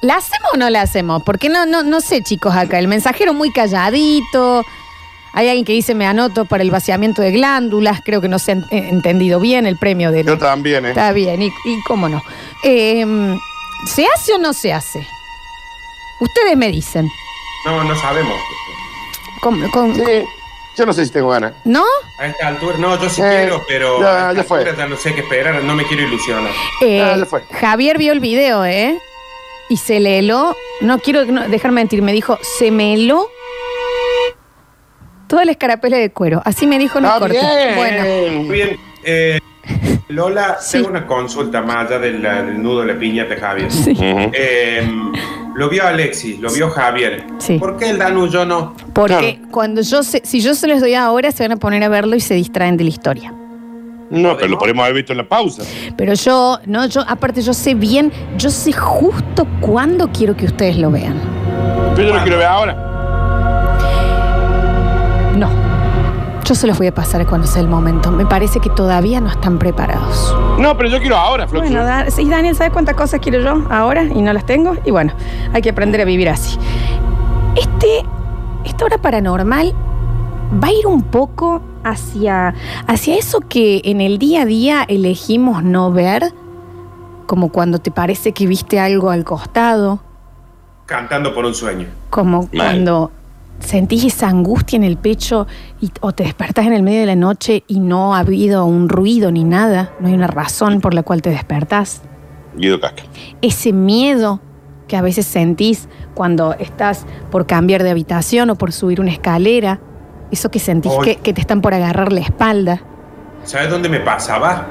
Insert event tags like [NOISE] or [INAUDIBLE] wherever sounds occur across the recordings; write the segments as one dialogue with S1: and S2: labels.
S1: ¿La hacemos o no la hacemos? Porque no, no, no sé, chicos, acá. El mensajero muy calladito. Hay alguien que dice me anoto para el vaciamiento de glándulas. Creo que no se ha en- eh, entendido bien el premio de
S2: Yo también, ¿eh?
S1: Está bien, y, y cómo no. Eh, ¿Se hace o no se hace? Ustedes me dicen.
S3: No, no sabemos.
S1: ¿Cómo- cómo-
S2: Sí, yo no sé si tengo ganas.
S1: ¿No?
S3: A esta altura, no, yo sí
S2: Eh,
S3: quiero, pero
S2: ya,
S3: a esta
S2: ya fue.
S3: altura ya no sé qué esperar, no me quiero ilusionar.
S1: Eh,
S2: Ah, ya fue.
S1: Javier vio el video, ¿eh? Y se le heló. No quiero no- dejar mentir, me dijo, se me heló toda la escarapela de cuero. Así me dijo,
S4: Ah,
S1: no
S2: Está
S1: corte.
S2: bien.
S1: Bueno,
S3: Muy bien, eh, Lola,
S1: Sí.
S3: tengo una consulta más allá del, del nudo de la piñata, Javier.
S2: Ujú.
S3: Eh, lo vio Alexis, lo vio Javier.
S1: Sí.
S3: ¿Por qué el Danu yo no?
S1: porque cuando yo se- si yo se los doy ahora, se van a poner a verlo y se distraen de la historia.
S4: No, pero lo podemos haber visto en la pausa.
S1: Pero yo, no, yo, aparte yo sé bien, yo sé justo cuándo quiero que ustedes lo vean.
S4: Pero yo lo quiero ver ahora.
S1: No. Yo se los voy a pasar cuando sea el momento. Me parece que todavía no están preparados.
S4: No, pero yo quiero ahora, Floxu.
S5: Bueno, Da- sí, Daniel, ¿sabes cuántas cosas quiero yo ahora y no las tengo? Y bueno, hay que aprender a vivir así.
S1: Este, esta hora paranormal va a ir un poco hacia, hacia eso que en el día a día elegimos no ver, como cuando te parece que viste algo al costado,
S3: Cantando por un sueño.
S1: como
S4: Mal.
S1: cuando sentís esa angustia en el pecho y, o te despertás en el medio de la noche y no ha habido un ruido ni nada, no hay una razón por la cual te despertás.
S4: Guido Casca.
S1: ese miedo que a veces sentís cuando estás por cambiar de habitación o por subir una escalera, eso que sentís
S3: Ay.
S1: que, que te están por agarrar la espalda.
S3: ¿Sabes dónde me pasaba?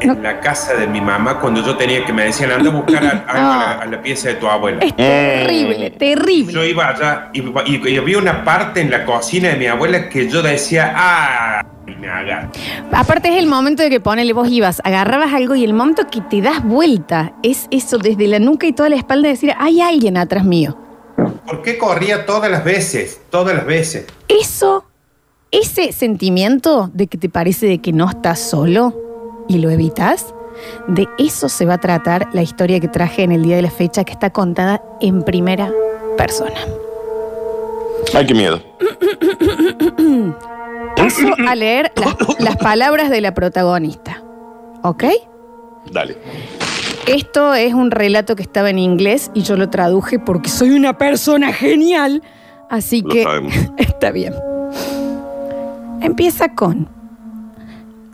S3: En
S1: No.
S3: la casa de mi mamá cuando yo tenía que me decían, anda a buscar a, a-
S1: No.
S3: a la, a la pieza de tu abuela.
S1: Es
S4: Eh.
S1: terrible,
S3: Yo
S1: terrible.
S3: iba allá y, y- y había una parte en la cocina de mi abuela que yo decía, ah, me agarra".
S1: Aparte es el momento de que ponele, vos ibas, agarrabas algo y el momento que te das vuelta es eso, desde la nuca y toda la espalda, decir, hay alguien atrás mío.
S3: ¿Por qué corría todas las veces? Todas las veces.
S1: Eso, ese sentimiento de que te parece de que no estás solo y lo evitas, de eso se va a tratar la historia que traje en el día de la fecha que está contada en primera persona.
S4: Ay, qué miedo.
S1: Paso a leer las, las palabras de la protagonista. ¿Ok?
S4: Dale.
S1: Esto es un relato que estaba en inglés y yo lo traduje porque soy una persona genial. Así
S4: Lo
S1: que
S4: sabemos.
S1: [LAUGHS] está bien. Empieza con,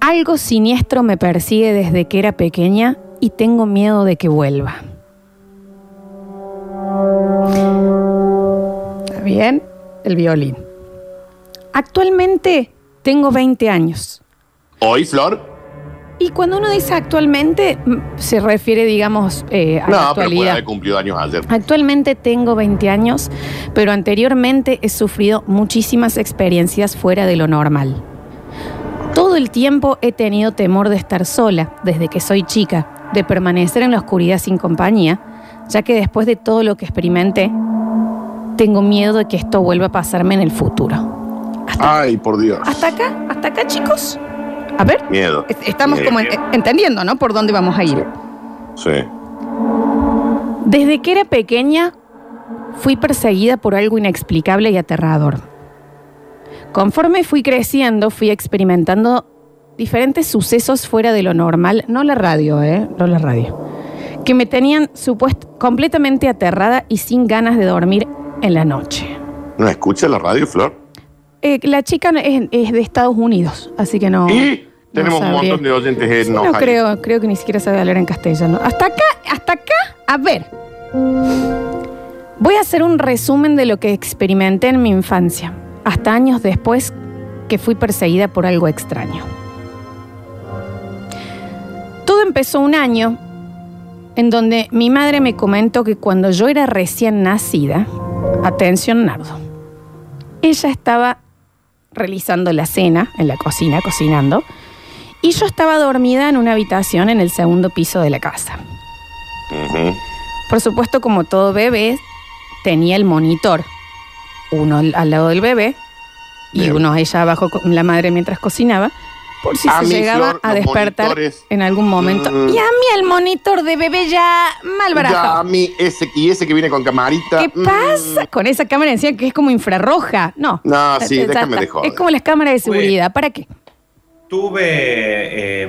S1: algo siniestro me persigue desde que era pequeña y tengo miedo de que vuelva. Está bien, el violín. Actualmente tengo 20 años.
S4: Hoy, Flor.
S1: Y cuando uno dice actualmente, mm, se refiere, digamos, eh, a la
S4: No, pero puede
S1: actualidad.
S4: haber cumplido años ayer.
S1: Actualmente tengo 20 años, pero anteriormente he sufrido muchísimas experiencias fuera de lo normal. Todo el tiempo he tenido temor de estar sola, desde que soy chica, de permanecer en la oscuridad sin compañía, ya que después de todo lo que experimenté, tengo miedo de que esto vuelva a pasarme en el futuro.
S4: Ay, por Dios.
S1: ¿Hasta acá? ¿Hasta acá, chicos? A ver,
S4: Miedo.
S1: es- estamos
S4: Miedo.
S1: como en- eh, entendiendo, ¿no? Por dónde vamos a ir.
S4: Sí.
S1: Desde que era pequeña fui perseguida por algo inexplicable y aterrador. Conforme fui creciendo, fui experimentando diferentes sucesos fuera de lo normal, no la radio, ¿eh? No la radio. Que me tenían supuest- completamente aterrada y sin ganas de dormir en la noche.
S4: ¿No escucha la radio, Flor?
S1: Eh, la chica es, es de Estados Unidos, así que no.
S4: Y tenemos
S1: no
S4: un
S1: sabría.
S4: montón de oyentes en
S1: No creo, creo que ni siquiera sabe hablar en castellano. Hasta acá, hasta acá, a ver. Voy a hacer un resumen de lo que experimenté en mi infancia, hasta años después que fui perseguida por algo extraño. Todo empezó un año en donde mi madre me comentó que cuando yo era recién nacida, atención Nardo, ella estaba realizando la cena en la cocina, cocinando, y yo estaba dormida en una habitación en el segundo piso de la casa.
S4: Ujú.
S1: Por supuesto, como todo bebé, tenía el monitor. Uno al al lado del bebé y
S4: Bien.
S1: uno ella abajo con la madre mientras cocinaba. Por si
S4: A
S1: se
S4: mí,
S1: llegaba
S4: Flor,
S1: a
S4: los
S1: despertar
S4: monitores.
S1: en algún momento.
S4: Mm.
S1: Y a mí el monitor de bebé ya mal
S4: Ya, a
S1: barajado.
S4: mí ese y ese que viene con camarita.
S1: ¿Qué
S4: mm,
S1: pasa con esa cámara encima que es como infrarroja? No.
S4: No, sí,
S1: Ya
S4: déjame
S1: está.
S4: de joder.
S1: Es como las cámaras de
S3: Bueno.
S1: seguridad. ¿Para qué?
S3: Tuve eh,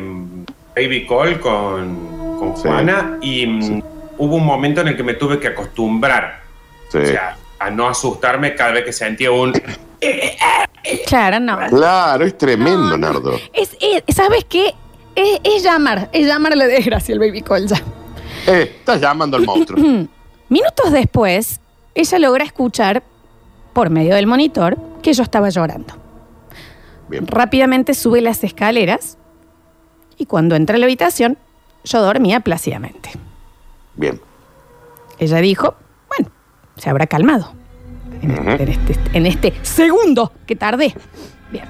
S3: baby call con, con
S4: Sí.
S3: Juana y mm,
S4: Sí.
S3: hubo un momento en el que me tuve que acostumbrar
S4: Sí.
S3: o sea, a no asustarme cada vez que sentía un...
S1: Claro, no.
S4: Claro, es tremendo,
S1: No, no.
S4: Nardo.
S1: Es, es- ¿Sabes qué? Es, es llamar. Es llamar a la desgracia el baby call ya.
S4: Eh, estás llamando al monstruo.
S1: [CLEARS THROAT] Minutos después, ella logra escuchar, por medio del monitor, que yo estaba llorando.
S4: Bien.
S1: Rápidamente sube las escaleras y cuando entra a la habitación, yo dormía plácidamente.
S4: Bien.
S1: Ella dijo, bueno, se habrá calmado en,
S4: Ujú.
S1: en este, en este segundo que tardé. Bien.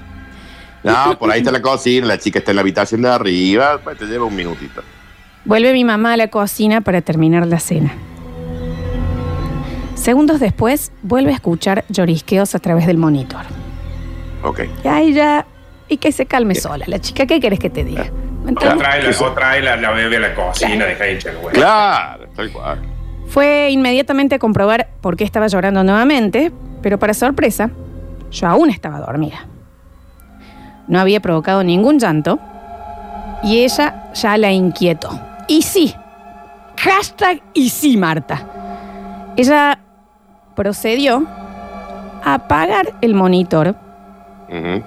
S4: No, por ahí está la cocina, la chica está en la habitación de arriba, pues te lleva un minutito.
S1: Vuelve mi mamá a la cocina para terminar la cena. Segundos después, vuelve a escuchar llorisqueos a través del monitor.
S4: Ok.
S1: Y ahí ya. Y que se calme sola. La chica, ¿qué querés que te diga? ¿Me
S3: O
S1: entiendes?
S3: trae la, o trae la, la bebé a la cocina, deja de hinchar el huevo.
S4: Claro, tal cual.
S1: Fue inmediatamente a comprobar por qué estaba llorando nuevamente, pero para sorpresa, yo aún estaba dormida. No había provocado ningún llanto y ella ya la inquietó. Y sí, hashtag y sí, Marta. Ella procedió a apagar el monitor
S4: Ujú.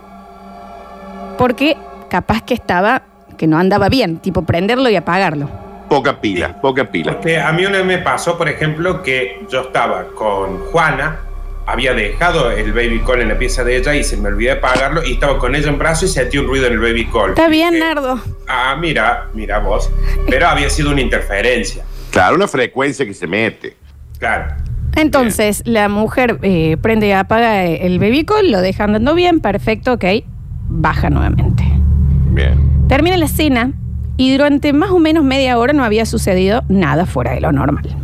S1: porque capaz que estaba, que no andaba bien, tipo prenderlo y apagarlo.
S4: Poca pila, poca pila.
S3: Porque a mí una vez me pasó, por ejemplo, que yo estaba con Juana, había dejado el baby call en la pieza de ella y se me olvidé de pagarlo y estaba con ella en brazo y sentí un ruido en el baby call.
S1: Está bien,
S3: Eh,
S1: Nardo.
S3: Ah, mira, mira vos. Pero había sido una interferencia,
S4: Claro, una frecuencia que se mete.
S3: claro.
S1: Entonces, la mujer eh, prende y apaga el bebicol, lo deja andando bien, perfecto, ok, baja nuevamente.
S4: Bien.
S1: Termina la cena y durante más o menos media hora no había sucedido nada fuera de lo normal.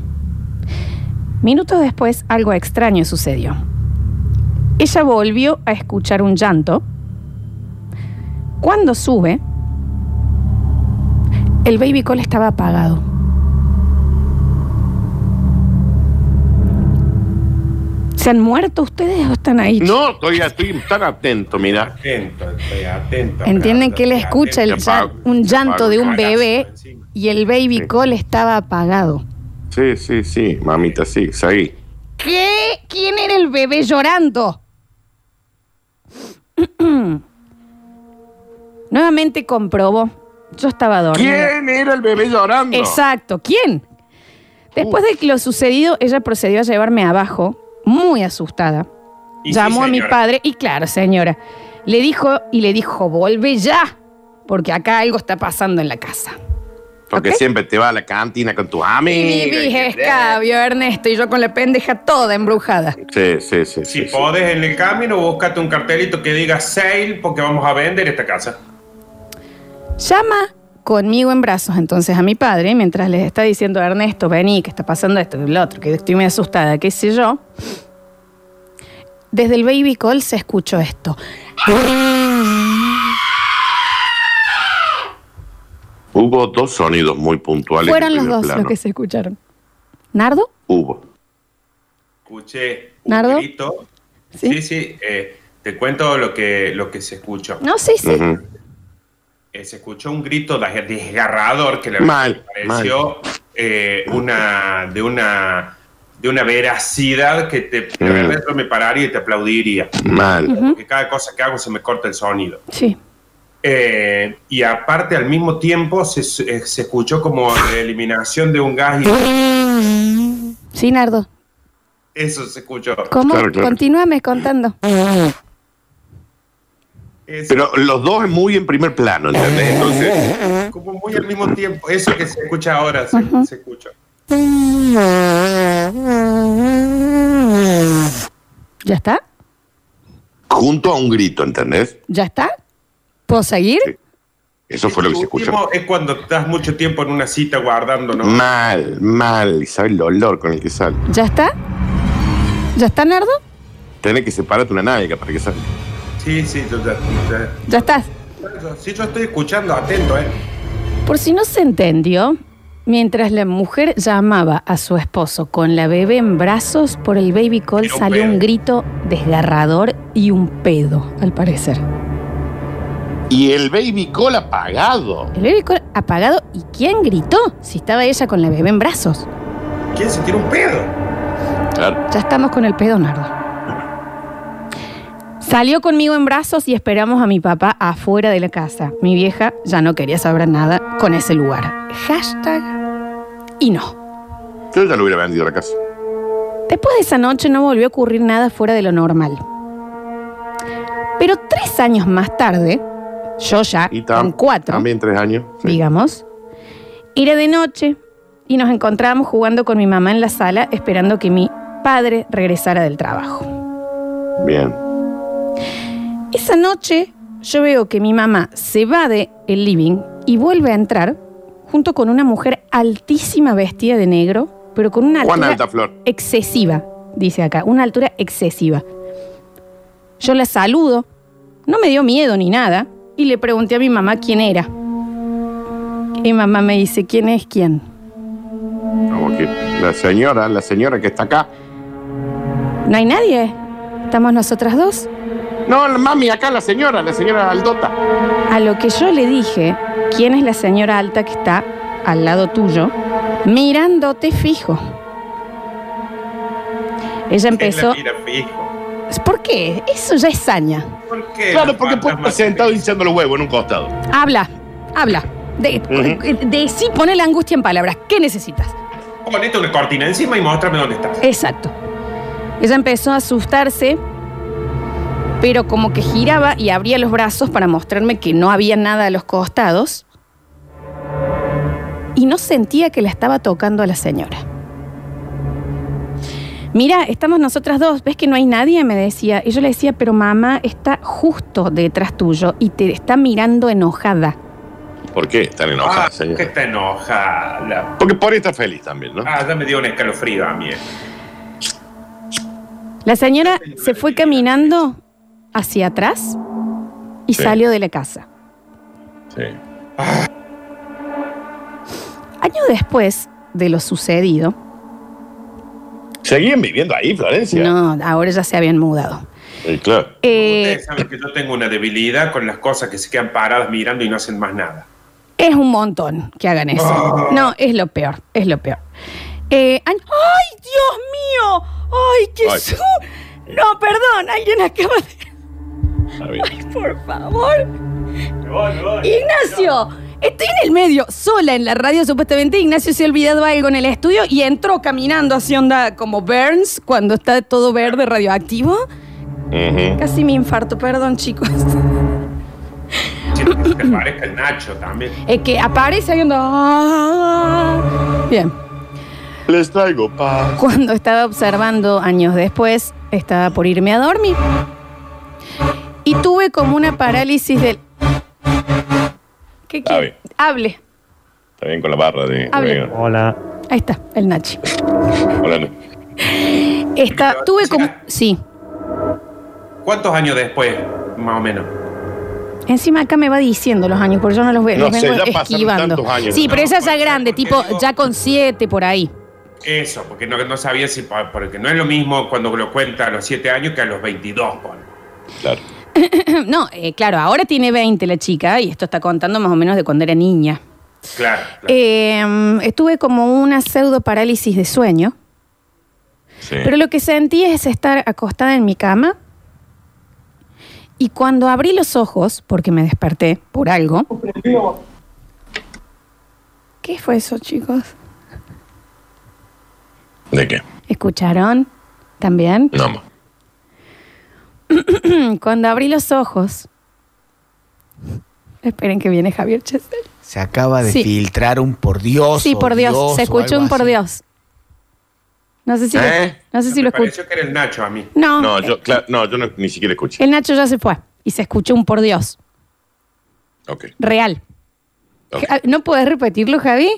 S1: Minutos después, algo extraño sucedió. Ella volvió a escuchar un llanto. Cuando sube, el baby call estaba apagado. ¿Se han muerto ustedes o están ahí?
S4: No, estoy, estoy tan atento, mira.
S3: Atento, estoy atento.
S1: ¿Entienden
S3: Claro,
S1: que él
S3: estoy
S1: escucha el
S3: atento.
S1: llan- un llanto de un bebé y el baby
S4: Sí.
S1: call estaba apagado?
S4: Sí, sí, sí, mamita, sí, seguí.
S1: ¿Qué? ¿Quién era el bebé llorando? [CLEARS THROAT] Nuevamente comprobó. Yo estaba dormida.
S4: ¿Quién era el bebé llorando?
S1: Exacto. ¿Quién? Después
S3: Uh.
S1: de lo sucedido, ella procedió a llevarme abajo, muy asustada.
S3: Y sí,
S1: Llamó a mi
S3: señora.
S1: padre y claro, señora, le dijo y le dijo, vuelve ya, porque acá algo está pasando en la casa.
S4: Porque
S1: Ok.
S4: siempre te va a la cantina con tus
S1: Y
S4: amigos.
S1: dije, escabio, Ernesto, y yo con la pendeja toda embrujada.
S4: Sí, sí, sí.
S3: Si
S4: sí, sí.
S3: podés en el camino, búscate un cartelito que diga sale porque vamos a vender esta casa.
S1: Llama conmigo en brazos entonces a mi padre, mientras les está diciendo Ernesto, vení, que está pasando esto, lo otro, que estoy muy asustada, qué sé yo. Desde el baby call se escuchó esto.
S4: Hubo dos sonidos muy puntuales.
S1: Fueron
S4: en
S1: los
S4: primer
S1: dos
S4: plano.
S1: los que se escucharon. ¿Nardo?
S4: Hubo.
S3: Escuché un
S1: ¿Nardo?
S3: grito.
S1: Sí.
S3: Sí, sí. eh, te cuento lo que, lo que se escuchó.
S1: No, sí, sí.
S4: Ujú.
S3: Eh, se escuchó un grito de- desgarrador que le
S4: Mal,
S3: pareció eh, una, de una de una veracidad que te, de
S4: Mm.
S3: verdad yo me pararía y te aplaudiría.
S4: Mal.
S3: Porque cada cosa que hago se me corta el sonido.
S1: Sí.
S3: Eh, y aparte, al mismo tiempo, se, eh, se escuchó como la eliminación de un gas y
S1: Sí, Nardo.
S3: eso se escuchó.
S1: ¿Cómo?
S4: Claro, claro.
S1: Continúame contando.
S3: Eso,
S4: Pero los dos muy en primer plano, ¿entendés?
S3: Eh.
S4: Entonces,
S3: como muy al mismo tiempo. Eso que se escucha ahora se, se escucha.
S1: ¿Ya está?
S4: junto a un grito, ¿entendés?
S1: ¿Ya está? ¿Puedo seguir?
S4: Sí. Eso fue lo que se escuchó. Mm.
S3: Último es cuando estás mucho tiempo en una cita guardando, ¿no?
S4: Mal, mal. Y sabes el olor con el que sale.
S1: ¿Ya está? ¿Ya está, Nardo?
S4: Tenés que separarte una nalga para que salga.
S3: Sí, sí, yo ya- ya-
S1: ¿Ya estás?
S3: Sí, yo estoy escuchando, atento, ¿eh?
S1: Por si no se entendió, mientras la mujer llamaba a su esposo con la bebé en brazos, por el baby call
S3: Era un
S1: salió un
S3: pedo.
S1: grito desgarrador y un pedo, al parecer.
S4: Y el baby call apagado.
S1: El baby call apagado y ¿quién gritó? Si estaba ella con la bebé en brazos.
S3: ¿Quién se tira un pedo?
S4: Claro.
S1: Ya estamos con el pedo, Nardo. Salió conmigo en brazos y esperamos a mi papá afuera de la casa. Mi vieja ya no quería saber nada con ese lugar. Hashtag y no.
S4: Yo ya lo hubiera vendido la casa.
S1: Después de esa noche no volvió a ocurrir nada fuera de lo normal. Pero tres años más tarde, yo ya
S4: Y tam-
S1: con cuatro,
S4: También tres años. sí.
S1: digamos, era de noche y nos encontrábamos jugando con mi mamá en la sala esperando que mi padre regresara del trabajo.
S4: Bien.
S1: Esa noche yo veo que mi mamá se va de el living y vuelve a entrar junto con una mujer altísima vestida de negro, pero con una
S4: Juan
S1: altura
S4: Altaflor.
S1: excesiva, dice acá, una altura excesiva. Yo la saludo, no me dio miedo ni nada, y le pregunté a mi mamá quién era. Y mamá me dice, ¿quién es quién?
S4: Como que la señora, la señora que está acá.
S1: No hay nadie, estamos nosotras dos.
S4: No, la mami, acá la señora, la señora Aldota.
S1: A lo que yo le dije, ¿quién es la señora alta que está al lado tuyo? Mirándote fijo. Ella empezó.
S3: ¿Quién la mira fijo?
S1: ¿Por qué? Eso ya es saña.
S3: ¿Por qué?
S4: Claro,
S3: los
S4: porque puede estar
S3: fantasmas
S4: sentado
S3: se-
S4: hinchando los huevos en un costado.
S1: Habla, habla. De,
S4: Ujú.
S1: de- sí, pone la angustia en palabras. ¿Qué necesitas?
S3: Ponete una cortina encima y muéstrame dónde estás.
S1: Exacto. Ella empezó a asustarse, pero como que giraba y abría los brazos para mostrarme que no había nada a los costados. Y no sentía que la estaba tocando a la señora. Mira, estamos nosotras dos, ¿ves que no hay nadie? Me decía. Y yo le decía, pero mamá está justo detrás tuyo y te está mirando enojada.
S4: ¿Por qué están
S3: Ah,
S4: enojadas,
S3: que
S4: señora?
S3: está enojada.
S4: Porque por ahí está feliz también, ¿no?
S3: Ah, ya me dio un escalofrío a mí.
S1: La señora se fue caminando hacia atrás y
S4: Sí.
S1: salió de la casa.
S4: Sí.
S1: Años después de lo sucedido,
S4: ¿Seguían viviendo ahí, Florencia?
S1: no, ahora ya se habían mudado.
S4: Sí, claro.
S1: Eh,
S3: Ustedes saben que yo tengo una debilidad con las cosas que se quedan paradas mirando y no hacen más nada.
S1: es un montón que hagan eso.
S3: Ah.
S1: No, es lo peor, es lo peor. Eh, añ- ¡Ay, Dios mío! ¡Ay, qué
S4: Ay.
S1: su... No, perdón, alguien acaba de...
S4: Está bien.
S1: Ay, por favor. Ignacio, estoy en el medio, sola en la radio supuestamente. Ignacio se ha olvidado algo en el estudio y entró caminando así onda como Burns cuando está todo verde radioactivo.
S4: Ujú.
S1: Casi me infarto, perdón chicos.
S3: Siento que se te parezca el Nacho también.
S1: Es que aparece ahí onda. Bien.
S4: Les traigo paz.
S1: Cuando estaba observando años después, estaba por irme a dormir. Y tuve como una parálisis del. ¿Qué
S4: Está
S1: quiere? Hable.
S4: Está bien con la barra de.
S1: Hable.
S6: Hola.
S1: Ahí está, el Nachi.
S4: Hola.
S1: Está, tuve como. Sí.
S3: ¿Cuántos años después, más o menos?
S1: Encima acá me va diciendo los años, porque yo no los veo.
S4: No
S1: los
S4: sé,
S1: vengo
S4: ya pasaron
S1: esquivando.
S4: tantos años.
S1: Sí, pero
S3: No,
S1: esa ya
S3: porque-
S1: grande,
S3: porque
S1: tipo,
S3: digo-
S1: ya con siete por ahí. [CLEARS THROAT]
S3: Eso, porque no, no sabía si. pa- Porque no es lo mismo cuando lo cuenta a los 7 años que a los 22. ponle.
S4: Claro.
S1: No, eh, claro, ahora tiene 20 la chica y esto está contando más o menos de cuando era niña.
S3: Claro. claro.
S1: Eh, estuve como una pseudo parálisis de sueño,
S4: Sí.
S1: pero lo que sentí es estar acostada en mi cama y cuando abrí los ojos, porque me desperté por algo. ¿Qué fue eso, chicos?
S4: ¿De qué?
S1: ¿Escucharon? ¿También? [CLEARS THROAT]
S4: No, ma.
S1: Cuando abrí los ojos. Esperen que viene Javier Chesel.
S7: Se acaba de
S1: Sí.
S7: filtrar un por Dios.
S1: Sí,
S7: o
S1: por Dios.
S7: Dios,
S1: Se
S7: o
S1: escuchó
S7: algo
S1: un por
S7: así.
S1: Dios. No sé si
S4: ¿Eh?
S1: lo, no sé si lo
S3: me
S1: escucho.
S3: pareció que era el Nacho a mí.
S1: No,
S4: No, yo, claro, no, yo no- ni siquiera escuché.
S1: Ah. el Nacho ya se fue y se escuchó un por Dios.
S4: Ok.
S1: Real.
S4: ok.
S1: Ja- ¿No podés repetirlo, Javi?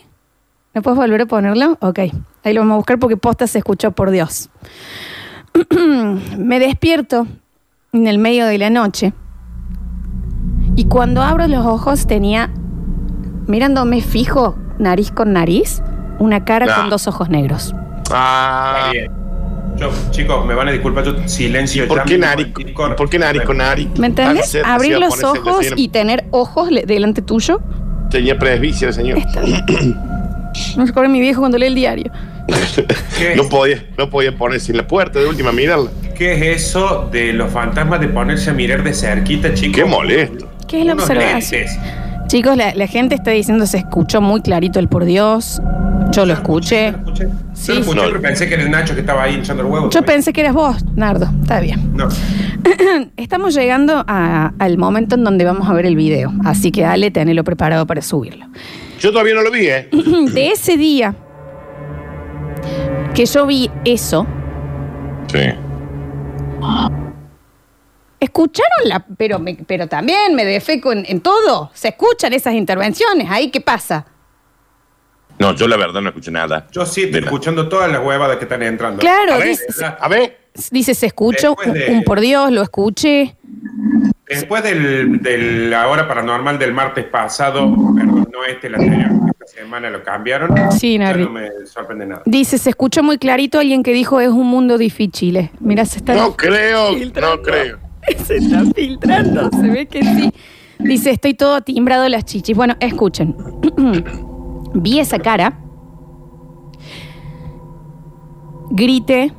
S1: ¿No puedes volver a ponerlo? Ok. Ahí lo vamos a buscar porque posta se escuchó por Dios. [CLEARS THROAT] Me despierto en el medio de la noche Y cuando abro los ojos tenía, mirándome fijo, nariz con nariz, una cara
S4: Ah.
S1: con dos ojos negros.
S4: Ah,
S3: Está bien. Yo, chicos, me van a disculpar, yo silencio.
S4: ¿por
S3: ya
S4: qué
S3: mismo,
S4: nariz?
S3: Discord.
S4: ¿Por qué nariz con nariz?
S1: ¿Me
S4: Tan
S1: entendés?
S4: cerca,
S1: Abrir
S4: se iba a
S1: los
S4: ponerse el
S1: ojos
S4: vecino.
S1: y tener ojos le- delante tuyo.
S4: Tenía presbicia el señor.
S1: No recuerdo a mi viejo cuando lee el diario.
S3: ¿Qué,
S4: No podía, no podía ponerse en la puerta de última, mirarla.
S3: qué es eso de los fantasmas de ponerse a mirar de cerquita, chicos?
S4: Qué molesto.
S1: ¿Qué es la
S3: Unos
S1: observación?
S3: lentes.
S1: Chicos, la, la gente está diciendo, se escuchó muy clarito el por Dios. Yo lo escuché.
S3: Yo lo escuché,
S1: Sí.
S3: Yo lo escuché,
S4: No.
S3: pero pensé que era el Nacho que estaba ahí hinchando el huevo.
S1: Yo pensé que eras vos, Nardo. Está bien.
S3: No.
S1: Estamos llegando a- al momento en donde vamos a ver el video. Así que dale, tenelo preparado para subirlo. [CLEARS THROAT]
S4: Yo todavía no lo vi, ¿eh?
S1: De ese día que yo vi eso,
S4: Sí.
S1: escucharon la. Pero, me- pero también me defeco en, en todo. Se escuchan esas intervenciones. Ahí, ¿qué pasa?
S4: No, yo la verdad no escuché nada.
S3: Yo sí estoy
S4: Mira.
S3: escuchando todas las huevadas que están entrando.
S1: Claro,
S4: A ver,
S1: dice,
S4: a ver.
S1: dice, se escucha un,
S3: Después de-
S1: un por Dios, lo escuché.
S3: Después del, de la hora paranormal del martes pasado, perdón, no este, la anterior, esta semana lo cambiaron.
S1: Sí,
S3: Ya
S1: Nardi.
S3: no me sorprende nada.
S1: Dice, se escuchó muy clarito alguien que dijo es un mundo difícil. Mira, se está.
S4: No creo,
S1: Filtrando.
S4: no creo.
S1: [LAUGHS] Se está filtrando, se ve que sí. Dice, estoy todo timbrado de las chichis. Bueno, escuchen. [CLEARS THROAT] Vi esa cara, grité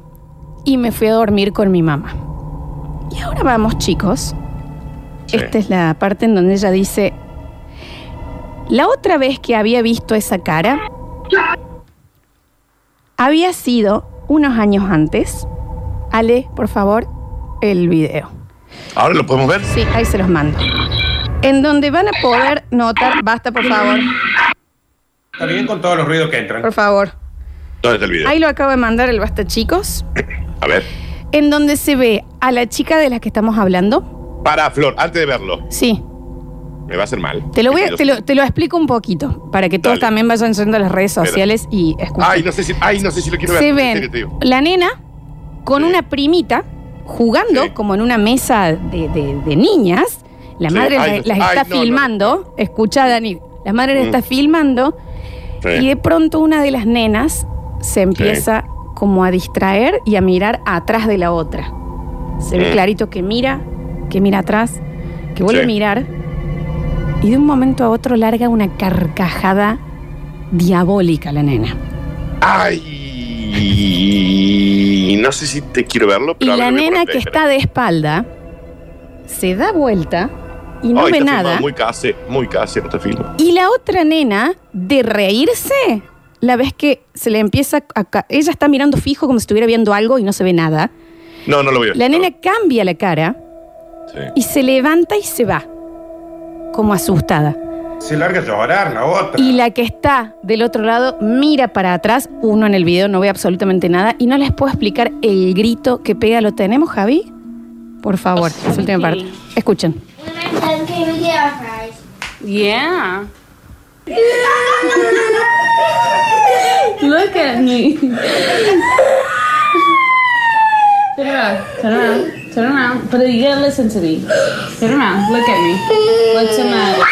S1: y me fui a dormir con mi mamá. Y ahora vamos, chicos.
S4: Sí.
S1: Esta es la parte en donde ella dice, la otra vez que había visto esa cara, había sido unos años antes. Ale, por favor, el video.
S4: Ahora lo podemos ver.
S1: Sí, ahí se los mando. En donde van a poder notar, basta por favor,
S3: Está bien con todos los ruidos que entran.
S1: por favor.
S4: ¿Dónde está el video?
S1: Ahí lo acabo de mandar el basta chicos,
S4: A ver.
S1: en donde se ve a la chica de la que estamos hablando.
S4: Para, Flor, antes de verlo.
S1: Sí,
S4: Me va a hacer mal.
S1: te lo voy a- te lo, te lo explico un poquito, para que todos
S4: Dale.
S1: también vayan yendo a las redes sociales y escuchen.
S4: Ay, no sé si, ay, no sé si lo quiero ver.
S1: se
S4: en serio
S1: ven
S4: te digo.
S1: la nena con
S4: Sí.
S1: una primita jugando
S4: Sí.
S1: como en una mesa de, de- de niñas. La
S4: Sí.
S1: madre
S4: Ay,
S1: las, las
S4: no- ay,
S1: está
S4: no, no, no.
S1: filmando. Escucha, Dani. La madre las
S4: Mm.
S1: está filmando
S4: Sí.
S1: y de pronto una de las nenas se empieza como a distraer y a mirar atrás de la otra. Se ve
S4: Mm.
S1: clarito que mira, que mira atrás, que vuelve
S4: Sí.
S1: a mirar y de un momento a otro larga una carcajada diabólica la nena.
S4: Ay, no sé si te quiero verlo,
S1: Y
S4: pero a
S1: la
S4: ver, voy a
S1: nena
S4: ponerte,
S1: que
S4: espera.
S1: está de espalda se da vuelta y no
S4: Ay,
S1: ve
S4: está
S1: nada.
S4: filmado Muy casi, muy este casi, no te filmo.
S1: Y la otra nena, de reírse, la ves que se le empieza a... ca- Ella está mirando fijo como si estuviera viendo algo y no se ve nada.
S4: No, no lo voy a ver.
S1: La nena cambia la cara
S4: Sí.
S1: y se levanta y se va, como asustada.
S3: Se larga a llorar la otra.
S1: Y la que está del otro lado mira para atrás, uno en el video no ve absolutamente nada y no les puedo explicar el grito que pega. ¿Lo tenemos, Javi? Por favor, es última parte. Escuchen.
S6: When I'm done, can we get our fries?
S8: Yeah. Look at me. turn around. Turn around. Turn around. But you gotta listen to me. Turn around. Look at me. What's the matter?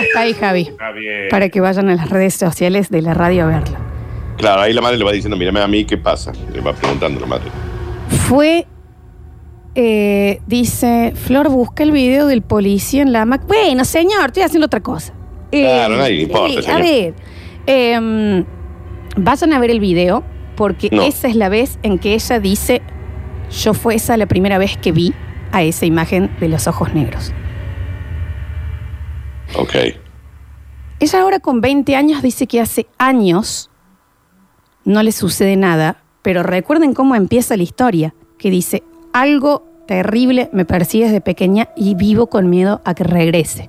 S1: Hasta ahí, Javi.
S3: Está bien.
S1: Para que vayan a las redes sociales de la radio a verlo.
S4: Claro, ahí la madre le va diciendo, mírame a mí, ¿qué pasa? Le va preguntando la madre.
S1: Fue. eh, dice, Flor, busca el video del policía en la Mac. Bueno, señor, estoy haciendo otra cosa. Eh,
S4: Claro, nadie le importa,
S1: A
S4: señor.
S1: ver, em, vayan a ver el video porque
S4: No.
S1: esa es la vez en que ella dice: Yo fue esa la primera vez que vi a esa imagen de los ojos negros.
S4: Ok.
S1: Ella ahora con 20 años dice que hace años no le sucede nada, pero recuerden cómo empieza la historia, que dice, algo terrible me persigue desde pequeña y vivo con miedo a que regrese.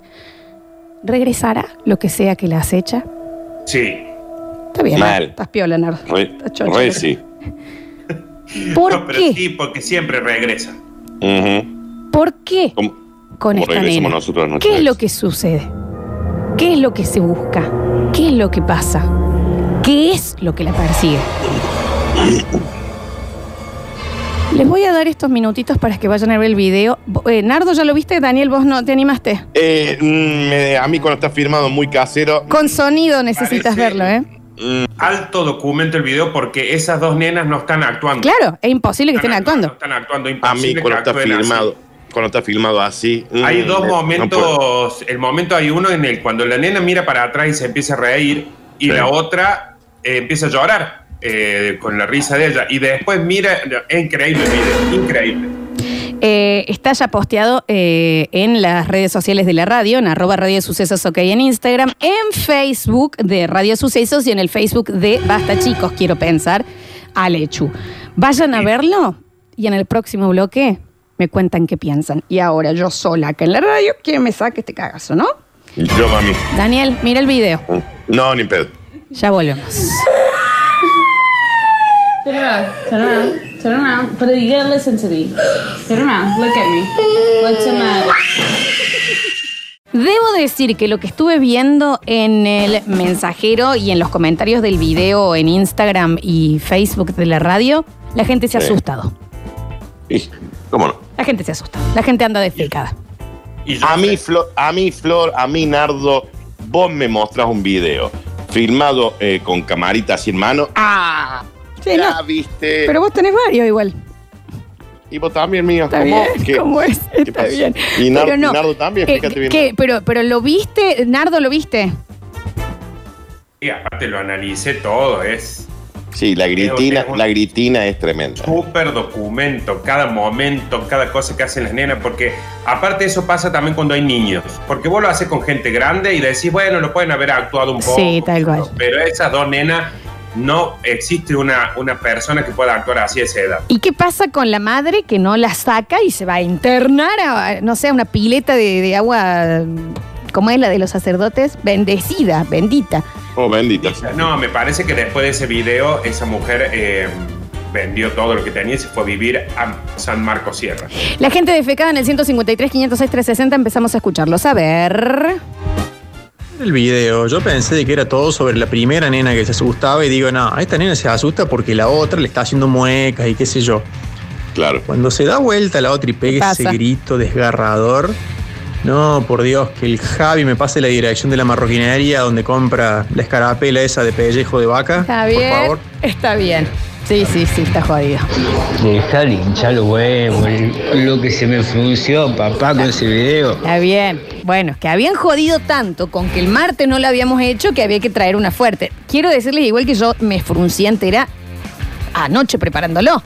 S1: ¿Regresará lo que sea que la acecha?
S3: Sí.
S1: Está bien.
S4: Mal.
S1: Estás piola, Nardo.
S4: Re,
S1: Estás chocho.
S4: re sí.
S1: ¿Por
S3: No, pero
S1: qué?
S3: sí, porque siempre regresa.
S4: Ujú.
S1: ¿Por qué
S4: ¿Cómo-
S1: con
S4: cómo
S1: esta
S4: regresamos
S1: nena?
S4: nosotros a nuestra
S1: ¿Qué es lo
S4: ex?
S1: que sucede? ¿Qué es lo que se busca? ¿Qué es lo que pasa? ¿Qué es lo que la persigue? Les voy a dar estos minutitos para que vayan a ver el video. Bo- eh, Nardo, ¿ya lo viste? Daniel, vos no te animaste.
S4: Eh, mm, me- a mí cuando está firmado muy casero,
S1: Con sonido necesitas
S3: Parece-
S1: verlo, ¿eh?
S3: Alto documento el video porque esas dos nenas no están actuando.
S1: Claro, es imposible que estén
S3: No
S1: actuando.
S3: están actuando,
S4: a mí
S3: imposible
S4: cuando
S3: que
S4: está
S3: actúen así.
S4: firmado, cuando está filmado así. mm,
S3: Hay dos
S4: no puedo.
S3: momentos. el momento hay uno en el cuando la nena mira para atrás y se empieza a reír y
S4: Sí.
S3: la otra eh, empieza a llorar eh, con la risa de ella. Y después mira, es increíble el video, increíble.
S1: Eh, está ya posteado eh, en las redes sociales de la radio, en arroba Radio Sucesos OK en Instagram, en Facebook de Radio Sucesos y en el Facebook de Basta Chicos, quiero pensar, Alechu. Vayan a verlo y en el próximo bloque me cuentan qué piensan. Y ahora yo sola acá en la radio, ¿quién me saque este cagazo, no?
S4: Yo, mami. Mm.
S1: Daniel, mira el video.
S4: No, ni pedo.
S1: Ya volvemos.
S8: Turn around. Turn around. Turn around. But you gotta listen to me. Turn around. Look at me. What's the matter?
S1: Debo decir que lo que estuve viendo en el mensajero y en los comentarios del video en Instagram y Facebook de la radio, la gente se ha
S4: Sí.
S1: asustado.
S4: Y, ¿Cómo no?
S1: La gente se asusta. La gente anda desfilcada.
S3: Y yo
S4: A mí,
S3: sé-
S4: Flor, a mí, Flor, a mí, Nardo, vos me mostrás un video filmado eh, con camarita así en mano. Ah,
S5: Sí, no.
S4: ya viste.
S5: Pero vos tenés varios igual.
S4: Y vos también, mío.
S5: Está
S4: ¿Cómo?
S5: bien,
S4: ¿Qué?
S5: ¿cómo es?
S4: ¿Qué
S5: Está
S4: pasa?
S5: bien.
S4: Y Nar-
S1: Pero no.
S4: Nardo también,
S1: Eh,
S4: fíjate bien.
S1: ¿qué? Pero, pero lo viste, Nardo, ¿lo viste?
S3: y aparte lo analicé todo, es
S4: Sí, la gritina,
S3: Creo que- Uh,
S4: la gritina es tremenda.
S3: súper documento, cada momento, cada cosa que hacen las nenas, porque aparte eso pasa también cuando hay niños, porque vos lo haces con gente grande y decís, bueno, lo pueden haber actuado un poco.
S1: Sí, tal cual.
S3: Pero esas dos nenas, no existe una, una persona que pueda actuar así a esa edad.
S1: ¿Y qué pasa con la madre que no la saca y se va a internar a, no sé, a una pileta de, de agua, como es la de los sacerdotes? Bendecida, bendita.
S4: Oh, bendita.
S3: No, me parece que después de ese video, esa mujer eh, vendió todo lo que tenía y se fue a vivir a San Marcos Sierra.
S1: La gente defecada en el 153, 506, 360 empezamos a escucharlos. A ver.
S9: El video, yo pensé de que era todo sobre la primera nena que se asustaba y digo, no, esta nena se asusta porque la otra le está haciendo muecas y qué sé yo.
S4: Claro.
S9: Cuando se da vuelta la otra y pega ese
S1: pasa?
S9: grito desgarrador, no, por Dios, que el Javi me pase la dirección de la marroquinería donde compra la escarapela esa de pellejo de vaca,
S1: Está
S9: por favor.
S1: bien. Está bien. Sí, sí, sí, está jodido.
S10: Deja de hinchar los huevos, lo que se me frunció, papá, con ese video.
S1: Está bien. Bueno, que habían jodido tanto con que el martes no lo habíamos hecho que había que traer una fuerte. Quiero decirles igual que yo me fruncí entera anoche preparándolo.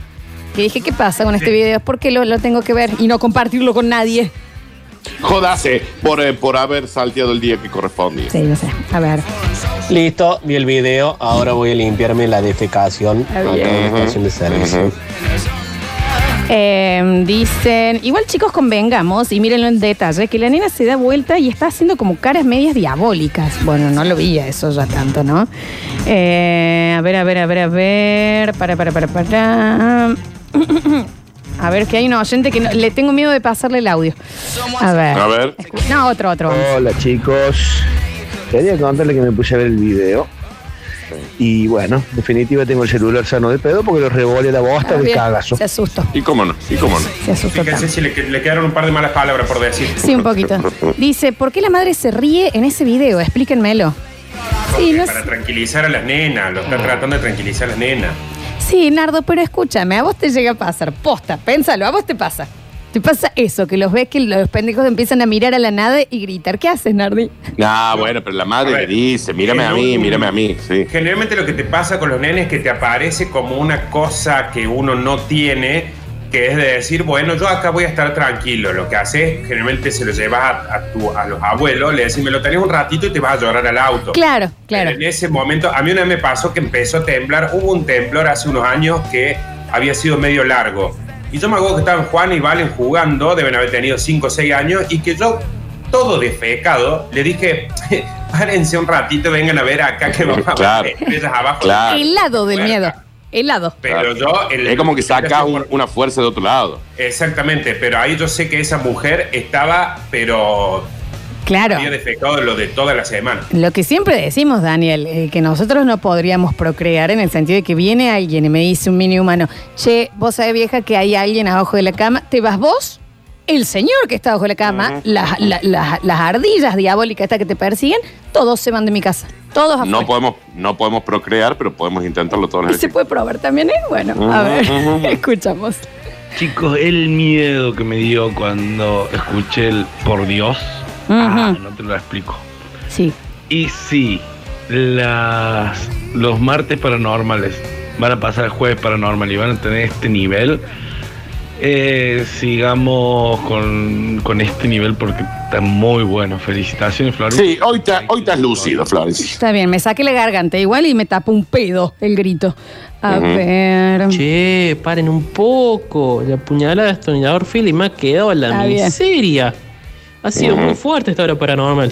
S1: Que dije, ¿qué pasa con este video? ¿Por qué lo, lo tengo que ver y no compartirlo con nadie?
S4: Jodase por, eh, por haber salteado el día que correspondía.
S1: Sí, no sé. A ver.
S10: Listo, vi el video, ahora voy a limpiarme la defecación
S1: Está bien.
S10: acá en la estación de servicio.
S1: Eh, dicen, igual chicos convengamos y mírenlo en detalle, que la nena se da vuelta y está haciendo como caras medias diabólicas. Bueno, no lo vi a eso ya tanto, ¿no? Eh, a ver, a ver, a ver, a ver, para, para, para, para. [CLEARS THROAT] A ver, que hay una oyente que no- le tengo miedo de pasarle el audio. A ver.
S4: A ver.
S1: Escu- No, otro, otro.
S11: Hola chicos, quería contarle que me puse a ver el video y bueno, en definitiva tengo el celular sano de pedo porque lo revolé la bosta
S1: Está
S11: de
S1: bien.
S11: cagazo.
S1: Se asustó,
S4: ¿Y cómo no? ¿Y cómo no?
S1: se asustó. tanto.
S3: Fíjense si le, le quedaron un par de malas palabras por decir.
S1: Sí, un poquito. Dice, ¿por qué la madre se ríe en ese video? Explíquenmelo. Sí,
S3: Porque
S1: no
S3: para
S1: sé.
S3: tranquilizar a las nenas, lo está tratando de tranquilizar a las nenas.
S1: Sí, Nardo, pero escúchame, a vos te llega a pasar. Posta, pénsalo, a vos te pasa. Te pasa eso, que los ves que los pendejos empiezan a mirar a la nada y gritar. ¿Qué haces, Nardi?
S4: Ah, bueno, pero la
S3: A
S4: madre
S3: ver.
S4: le dice, mírame a mí, mírame a mí. Sí.
S3: Generalmente lo que te pasa con los nenes es que te aparece como una cosa que uno no tiene, que es de decir, bueno, yo acá voy a estar tranquilo. Lo que haces, generalmente se lo llevas a, a tu- a los abuelos, le decís, me lo tenés un ratito y te vas a llorar al auto.
S1: Claro, claro.
S3: En ese momento, a mí una vez me pasó que empezó a temblar, hubo un temblor hace unos años que había sido medio largo. Y yo me acuerdo que estaban Juan y Valen jugando, deben haber tenido 5 o 6 años, y que yo, todo defecado, le dije, [LAUGHS] párense un ratito, vengan a ver acá que vamos a
S4: [LAUGHS] Claro.
S3: ver estrellas abajo.
S4: Claro.
S1: Helado del
S3: Bueno,
S1: miedo. Helado.
S3: Pero yo... el-
S4: Ah, es como que sacás un- una fuerza de otro lado.
S3: Exactamente, pero ahí yo sé que esa mujer estaba, pero
S1: Claro.
S3: Había defectado lo de toda la semana.
S1: Lo que siempre decimos, Daniel, eh, que nosotros no podríamos procrear en el sentido de que viene alguien y me dice un mini humano, che, vos sabés vieja que hay alguien abajo de la cama, te vas vos, el señor que está abajo de la cama, las, la- la- las ardillas diabólicas estas que te persiguen, todos se van de mi casa, todos afuera. [LAUGHS]
S4: No podemos, no podemos procrear, pero podemos intentarlo todos
S5: ¿Y
S4: los
S5: se
S4: días.
S5: puede probar también, eh? Bueno, a
S4: Ujú,
S5: ver,
S1: [LAUGHS]
S4: ujú.
S5: escuchamos.
S12: Chicos, el miedo que me dio cuando escuché el por Dios, ah, no te lo explico.
S1: Sí.
S12: Y si las, los martes paranormales van a pasar el jueves paranormal y van a tener este nivel, eh, sigamos con, con este nivel porque está muy bueno. Felicitaciones, Florencia.
S4: Sí, hoy, ta- hoy estás lúcido, Florencia.
S1: Está bien, me saqué la garganta igual y me tapo un pedo el grito. A
S13: Ujú.
S1: ver.
S13: Che, paren un poco. La puñalada de destornillador Philly me ha quedado en la
S1: Está bien.
S13: miseria. Ha sido
S1: Ujú.
S13: muy fuerte esta hora paranormal.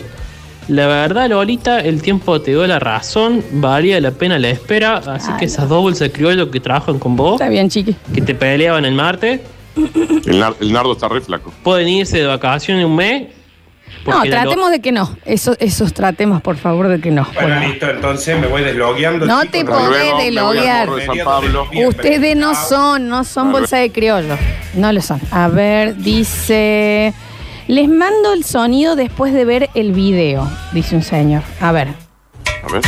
S13: La verdad, Lolita, el tiempo te dio la razón. Valía la pena la espera. Así que esas dos bolsas de criollo que trabajan con vos. Está
S1: bien, chiqui.
S13: Que te peleaban el martes.
S4: El, nar- el nardo está re flaco.
S13: Pueden irse de vacaciones un mes.
S1: No,
S13: porque la lo-
S1: tratemos de que no. Eso, esos tratemos, por favor, de que no.
S3: Bueno, listo, entonces me voy deslogueando.
S1: No
S3: chicos,
S1: te
S3: nos
S1: podés
S3: vemos, me voy al
S1: desloguear.
S3: Morro de San Pablo.
S1: Ustedes no son, no son bolsa de criollo. No lo son. A ver, dice. Les mando el sonido después de ver el video, dice un señor. A ver.
S4: A ver.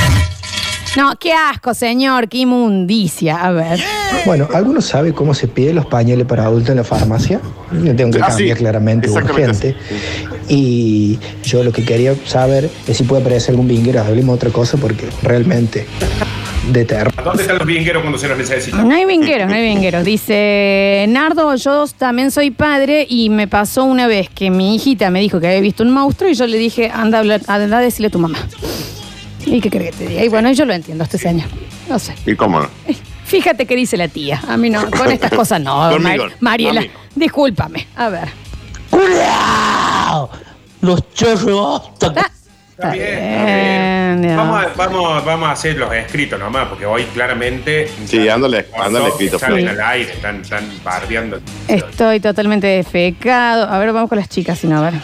S1: No, qué asco, señor, qué inmundicia. A ver.
S14: Bueno, ¿alguno sabe cómo se piden los pañales para adultos en la farmacia? Yo tengo que
S15: Ah,
S14: cambiar
S15: sí.
S14: claramente
S15: Exactamente
S14: urgente. Y yo lo que quería saber es si puede aparecer algún vinguero. Hablemos de otra cosa porque realmente de terror.
S3: ¿Dónde están los vingueros cuando se los necesitan?
S1: No hay vingueros, no hay vingueros. Dice, Nardo, yo también soy padre y me pasó una vez que mi hijita me dijo que había visto un monstruo y yo le dije, anda a, hablar, anda a decirle a tu mamá. ¿Y qué crees que te diga? Y bueno, yo lo entiendo, este señor. No sé.
S4: ¿Y cómo no?
S1: Fíjate qué dice la tía. A mí no, con estas cosas no.
S4: Conmigo,
S1: Mar- Mariela,
S13: conmigo.
S1: discúlpame. A ver.
S13: ¡Culeao! Los chorros.
S1: Está bien. ya.
S3: Vamos a, vamos, vamos a hacer los escritos nomás, porque hoy claramente.
S4: Sí, ándale, ándale escrito,
S3: Están en
S4: Florencia.
S3: el aire, están, están bardeando.
S1: Estoy totalmente defecado. A ver, vamos con las chicas, si no, a ver.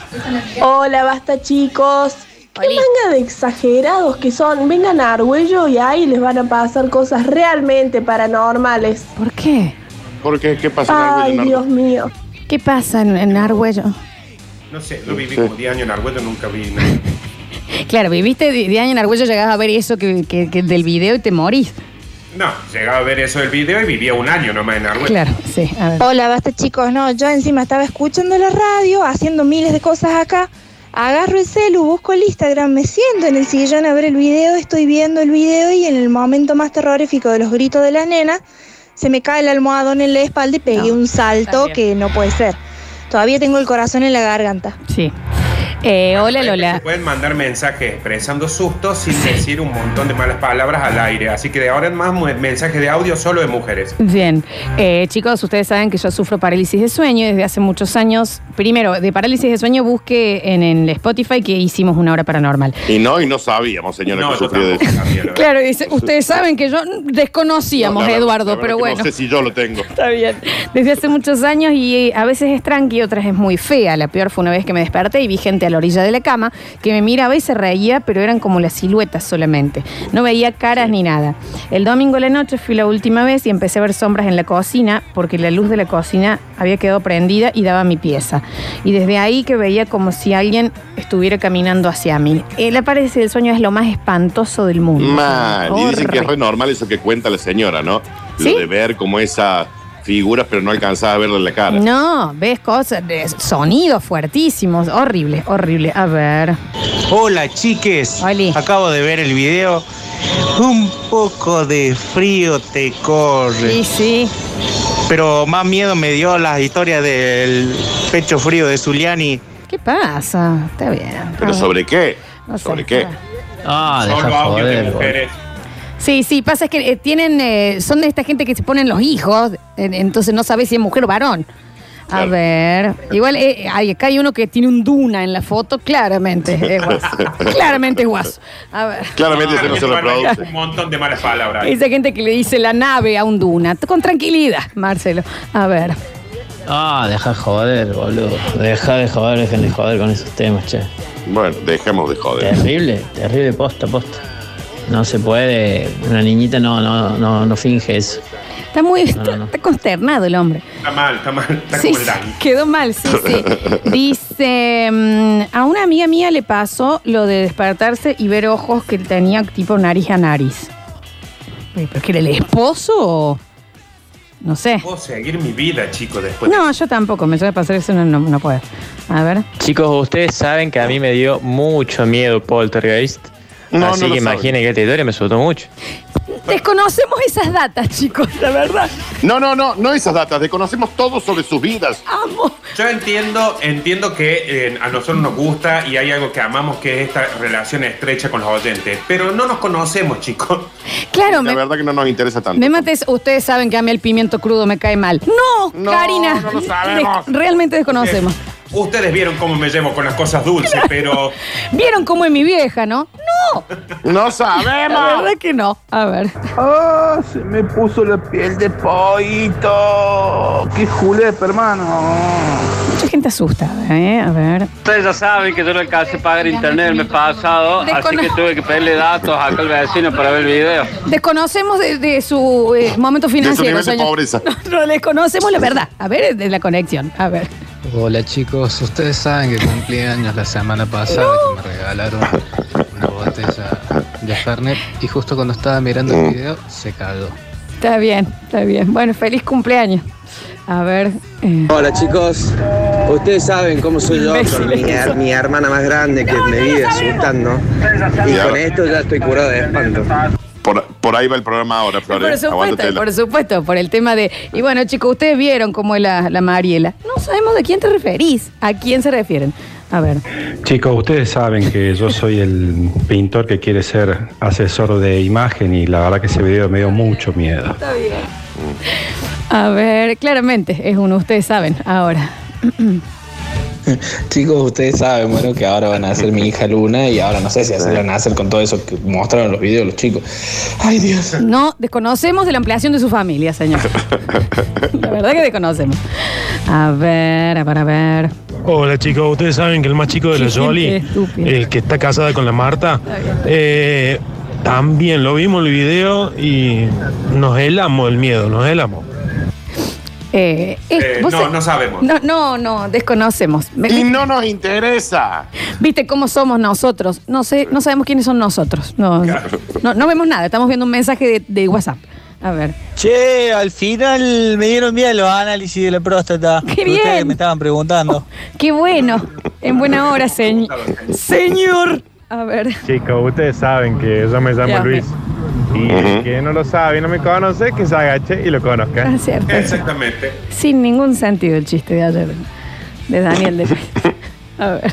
S16: Hola, basta chicos. Qué manga de exagerados que son. Vengan a Argüello y ahí les van a pasar cosas realmente paranormales.
S1: ¿Por qué?
S4: ¿Por qué? ¿Qué pasa en
S16: Ay,
S4: Argüello, Nardo?
S16: Dios mío.
S1: ¿Qué pasa en, en Argüello?
S3: No sé, yo viví como 10 años en Arguello, nunca vi nada.
S1: Claro, viviste de, de año en Argüello, llegás a ver eso que, que- que del video y te morís.
S3: No, llegaba a ver eso del video y vivía un año nomás en Arguello.
S1: Claro, sí. A ver.
S17: Hola, basta chicos. No, yo encima estaba escuchando la radio, haciendo miles de cosas acá. Agarro el celu, busco el Instagram, me siento en el sillón a ver el video, estoy viendo el video y en el momento más terrorífico de los gritos de la nena, se me cae el almohadón en la espalda y pegué un salto que no puede ser. Todavía tengo el corazón en la garganta.
S1: Sí. Eh, hola, Lola.
S3: Pueden mandar mensajes expresando sustos sin decir un montón de malas palabras al aire. Así que de ahora en más, mu- mensajes de audio solo de mujeres.
S1: Bien. Eh, chicos, ustedes saben que yo sufro parálisis de sueño desde hace muchos años. Primero, de parálisis de sueño busque en, el Spotify que hicimos una hora paranormal.
S4: Y no, y no sabíamos, señora,
S3: No,
S4: que
S3: yo
S4: sufrió de
S3: tampoco sabía, la
S1: Claro, dice, ustedes saben que yo desconocíamos
S4: La
S1: a
S4: verdad-
S1: Eduardo,
S4: la verdad
S1: pero
S4: que
S1: bueno.
S4: No sé si yo lo tengo.
S1: Está bien. Desde hace muchos años y eh, a veces es tranqui, otras es muy fea. La peor fue una vez que me desperté y vi gente a la orilla de la cama que me miraba y se reía, pero eran como las siluetas solamente. No veía caras ni nada. El domingo a la noche fui la última vez y empecé a ver sombras en la cocina porque la luz de la cocina había quedado prendida y daba a mi pieza. Y desde ahí que veía como si alguien estuviera caminando hacia mí. El aparece del sueño es lo más espantoso del mundo.
S4: Mal. Y dicen que es
S1: Horrible.
S4: re normal eso que cuenta la señora, ¿no?
S1: ¿Sí?
S4: Lo de ver como esas figuras, pero no alcanzaba a verle la cara.
S1: No, ves cosas, de sonidos fuertísimos, horrible, horrible. A ver.
S18: Hola chiques, acabo de ver el video. Un poco de frío te corre.
S1: Sí, sí.
S18: Pero más miedo me dio las historias del pecho frío de Zuliani.
S1: ¿Qué pasa? Está bien. Ah,
S4: ¿Pero sobre qué?
S1: No sé.
S4: ¿Sobre qué?
S18: Ah,
S4: deja Solo audio de joder, mujeres.
S1: Sí, sí, pasa es que eh, tienen, eh, son de esta gente que se ponen los hijos, en- entonces no sabes si es mujer o varón. A ver, igual eh, hay- acá hay uno que tiene un duna en la foto, claramente es
S4: [LAUGHS]
S1: guaso. claramente es guaso. A ver.
S4: Claramente se no se reproduce.
S3: Un montón de malas palabras.
S1: Esa gente que le dice la nave a un duna, con tranquilidad, Marcelo. A ver.
S13: Ah, deja de joder, boludo. Deja de joder, dejen de joder con esos temas, che.
S4: Bueno, dejemos de joder.
S19: Terrible, terrible, posta, posta. No se puede, una niñita no, no, no, no finge eso.
S1: Está muy
S19: No,
S1: está,
S19: no, no.
S1: está consternado el hombre.
S3: Está mal, está mal, está
S1: Sí,
S3: como el
S1: sí,
S3: Dani.
S1: quedó mal, sí, sí.
S3: [LAUGHS]
S1: Dice, mm, a una amiga mía le pasó lo de despertarse y ver ojos que tenía tipo nariz a nariz. Oye, ¿Pero que era el esposo o...? No sé.
S3: Puedo seguir mi vida, chico, después.
S1: No, yo tampoco, me suele pasar eso, no, no, no puedo. A ver.
S20: Chicos, ustedes saben que a mí me dio mucho miedo Poltergeist.
S1: No,
S20: así
S1: no lo
S20: que imaginen que esta historia me asustó mucho.
S1: Desconocemos esas datas, chicos, la verdad.
S4: No, no, no, no esas datas. Desconocemos todo sobre sus vidas.
S1: Ah,
S3: Yo entiendo, entiendo que eh, a nosotros nos gusta y hay algo que amamos que es esta relación estrecha con los oyentes. Pero no nos conocemos, chicos.
S1: Claro, me,
S4: verdad que no nos interesa tanto.
S1: me mates. Ustedes saben que a mí el pimiento crudo me cae mal. ¡No, Karina!
S3: no lo sabemos.
S1: Des- [LAUGHS] realmente desconocemos.
S3: Ustedes vieron cómo me llevo con las cosas dulces, pero
S1: ¿Vieron cómo es mi vieja, no? ¡No!
S4: No
S1: La verdad que no. A ver.
S21: ¡Ah! Se me puso la piel de pollito. ¡Qué julepa, hermano!
S1: Mucha gente asustada, ¿eh? A ver.
S22: Ustedes ya saben que yo no alcancé a pagar internet el mes pasado, así
S1: Descono-
S22: que tuve que pedirle datos acá al vecino para ver el video.
S1: Desconocemos de, de su eh, momento financiero.
S22: nivel de
S1: señor.
S22: pobreza.
S1: No, no, desconocemos la verdad. A ver, de la conexión. A ver.
S23: Hola chicos, ustedes saben que cumplí años la semana pasada que me regalaron una botella de Fernet y justo cuando estaba mirando el video se cagó.
S1: Está bien, está bien. Bueno, feliz cumpleaños. A ver. eh.
S9: Hola chicos, ustedes saben cómo soy
S1: [LAUGHS]
S9: yo, con mi, mi hermana más grande que me vive asustando. Y
S4: Ya.
S9: con esto ya estoy curado de espanto.
S4: Por, por ahí va el programa ahora,
S1: Por
S4: Flores.
S1: supuesto,
S4: Aguántatela.
S1: por supuesto, por el tema de. Y bueno, chicos, ustedes vieron cómo es la, la Mariela. No sabemos de quién te referís. ¿A quién se refieren? A ver.
S24: Chicos, ustedes saben que yo soy el pintor que quiere ser asesor de imagen y la verdad que ese video me dio mucho miedo.
S1: Está bien. A ver, claramente es uno, ustedes saben. Ahora.
S23: [LAUGHS] Chicos, ustedes saben, bueno, que ahora van a hacer mi hija Luna y ahora no sé si hacerla nacer con todo eso que mostraron los videos los chicos. Ay, Dios.
S1: No, desconocemos de la ampliación de su familia, señor. La verdad que desconocemos. A ver, a ver, a ver.
S12: Hola chicos, ustedes saben que el más chico de la
S1: Qué
S12: Jolie,
S1: gente estúpida.
S12: el que está casada con la Marta, eh, también lo vimos en el video y nos helamos el miedo, nos helamos.
S1: Eh, es-
S12: Eh,
S1: vos
S12: no,
S1: sa-
S12: no sabemos.
S1: No, no, no, desconocemos.
S4: Y no nos interesa.
S1: ¿Viste cómo somos nosotros? No sé, no sabemos quiénes son nosotros. No, no, no vemos nada, estamos viendo un mensaje de, de WhatsApp. A ver.
S13: Che, al final me dieron bien los análisis de la próstata.
S1: [LAUGHS] ¡Qué
S13: que ustedes
S1: bien!
S13: me estaban preguntando.
S1: Qué bueno. En buena hora, señ- señor. A ver.
S25: Chicos, ustedes saben que yo me llamo
S1: Ya,
S25: Luis. Y el que no lo sabe y no me conoce, que se agache y lo conozca.
S1: Ah, cierto.
S12: Eh,
S25: Exactamente.
S1: Sin ningún sentido el chiste de ayer. De Daniel de A ver.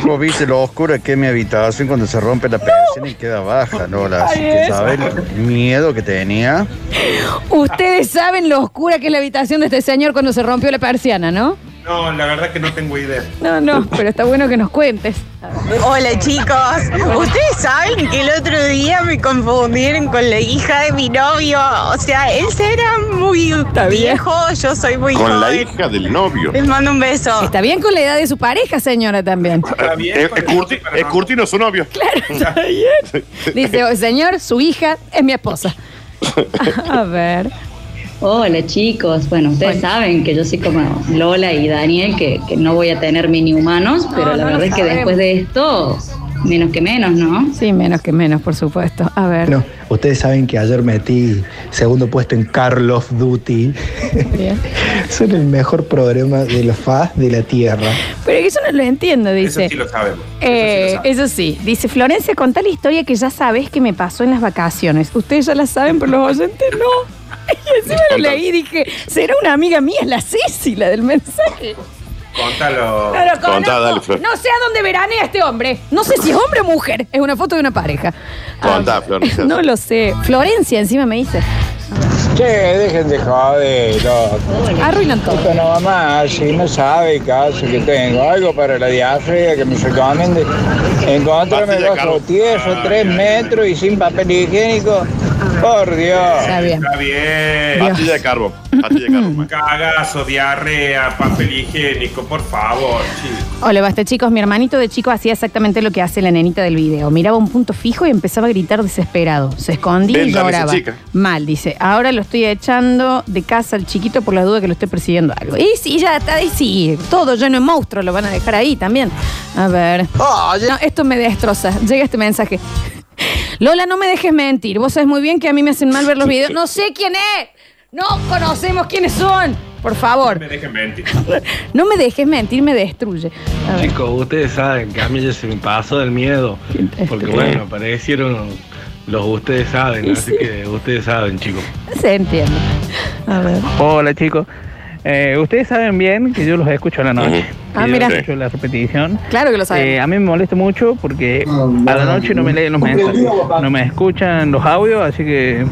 S26: ¿Cómo viste lo oscuro que es mi habitación cuando se rompe la persiana y queda baja, Lola? Así
S1: Ay,
S26: que
S1: es.
S26: sabes el miedo que tenía.
S1: Ustedes saben lo oscura que es la habitación de este señor cuando se rompió la persiana, ¿no?
S3: no, la verdad que no tengo idea.
S1: No, no, pero está bueno que nos cuentes.
S17: Hola chicos, ustedes saben que el otro día me confundieron con la hija de mi novio. O sea, él será muy viejo, yo soy muy
S4: Con la
S17: joven.
S4: hija del novio.
S17: Les mando un beso.
S1: Está bien con la edad de su pareja, señora, también.
S4: Eh, eh, Curti- eh, Curtino es su novio.
S1: Está bien. Dice, "Oh, señor, su hija es mi esposa. A ver.
S27: Hola chicos, bueno, ustedes saben que yo soy como Lola y Daniel, que, que no voy a tener mini humanos, pero
S1: No,
S27: la
S1: no lo
S27: verdad es que
S1: sabemos.
S27: después de esto, menos que menos, ¿no?
S1: Sí, menos que menos, por supuesto. A ver.
S14: Bueno, ustedes saben que ayer metí segundo puesto en Call of Duty. [LAUGHS]
S1: Bien.
S14: Son el mejor programa de la faz de la tierra.
S1: Pero eso no lo entiendo, dice.
S3: Sí lo sabemos.
S1: Eh, eso sí, dice Florencia, contá la historia que ya sabes que me pasó en las vacaciones. Ustedes ya la saben, pero los oyentes no. [LAUGHS] Y encima lo leí y dije, será una amiga mía, la Ceci, la del mensaje.
S3: Contalo.
S1: No lo conozco. No sé a dónde veranea este hombre. No sé si es hombre o mujer. Es una foto de una pareja. Ah,
S4: Contá,
S1: [LAUGHS]
S4: Florencia.
S1: No lo sé. Florencia encima me dice.
S13: Che, dejen de joder, loco.
S1: Arruinan todo.
S13: Esta no va más, si no sabe caso que tengo. Algo para la diarrea que me recomiende. Encontrame
S12: Pastilla,
S13: vaso
S12: Carlos.
S13: tieso, tres metros y sin papel higiénico.
S28: Por Dios.
S3: Está bien. Está bien.
S4: Patilla de carbón. Patilla de carbón.
S3: Cagazo, diarrea, papel higiénico, por favor, chicos.
S1: Hola, basta chicos. Mi hermanito de chico hacía exactamente lo que hace la nenita del video. Miraba un punto fijo y empezaba a gritar desesperado. Se escondía y
S4: Véndame esa
S1: lloraba.
S4: chica.
S1: Mal, dice. Ahora lo estoy echando de casa al chiquito por la duda que lo esté persiguiendo algo. Y sí, ya está, y sí. Todo lleno de monstruos lo van a dejar ahí también. A ver. No, esto me destroza. Llega este mensaje. Lola, no me dejes mentir. Vos sabés muy bien que a mí me hacen mal ver los videos. No sé quién es. No conocemos quiénes son. Por favor.
S3: Me dejen mentir.
S1: No me dejes mentir, me destruye. A ver.
S12: Chicos, ustedes saben que a mí ya se me pasó del miedo. Porque bueno, aparecieron los ustedes saben, así que ustedes saben, chicos.
S1: [LAUGHS] Se entiende. A ver.
S13: Hola chicos. Eh, ustedes saben bien que yo los escucho a la noche.
S1: Ah,
S13: Que yo
S1: mira.
S13: escucho la repetición.
S1: Claro que lo saben.
S13: Eh, a mí me molesta mucho porque a la noche no me leen los mensajes. No me escuchan los audios, así que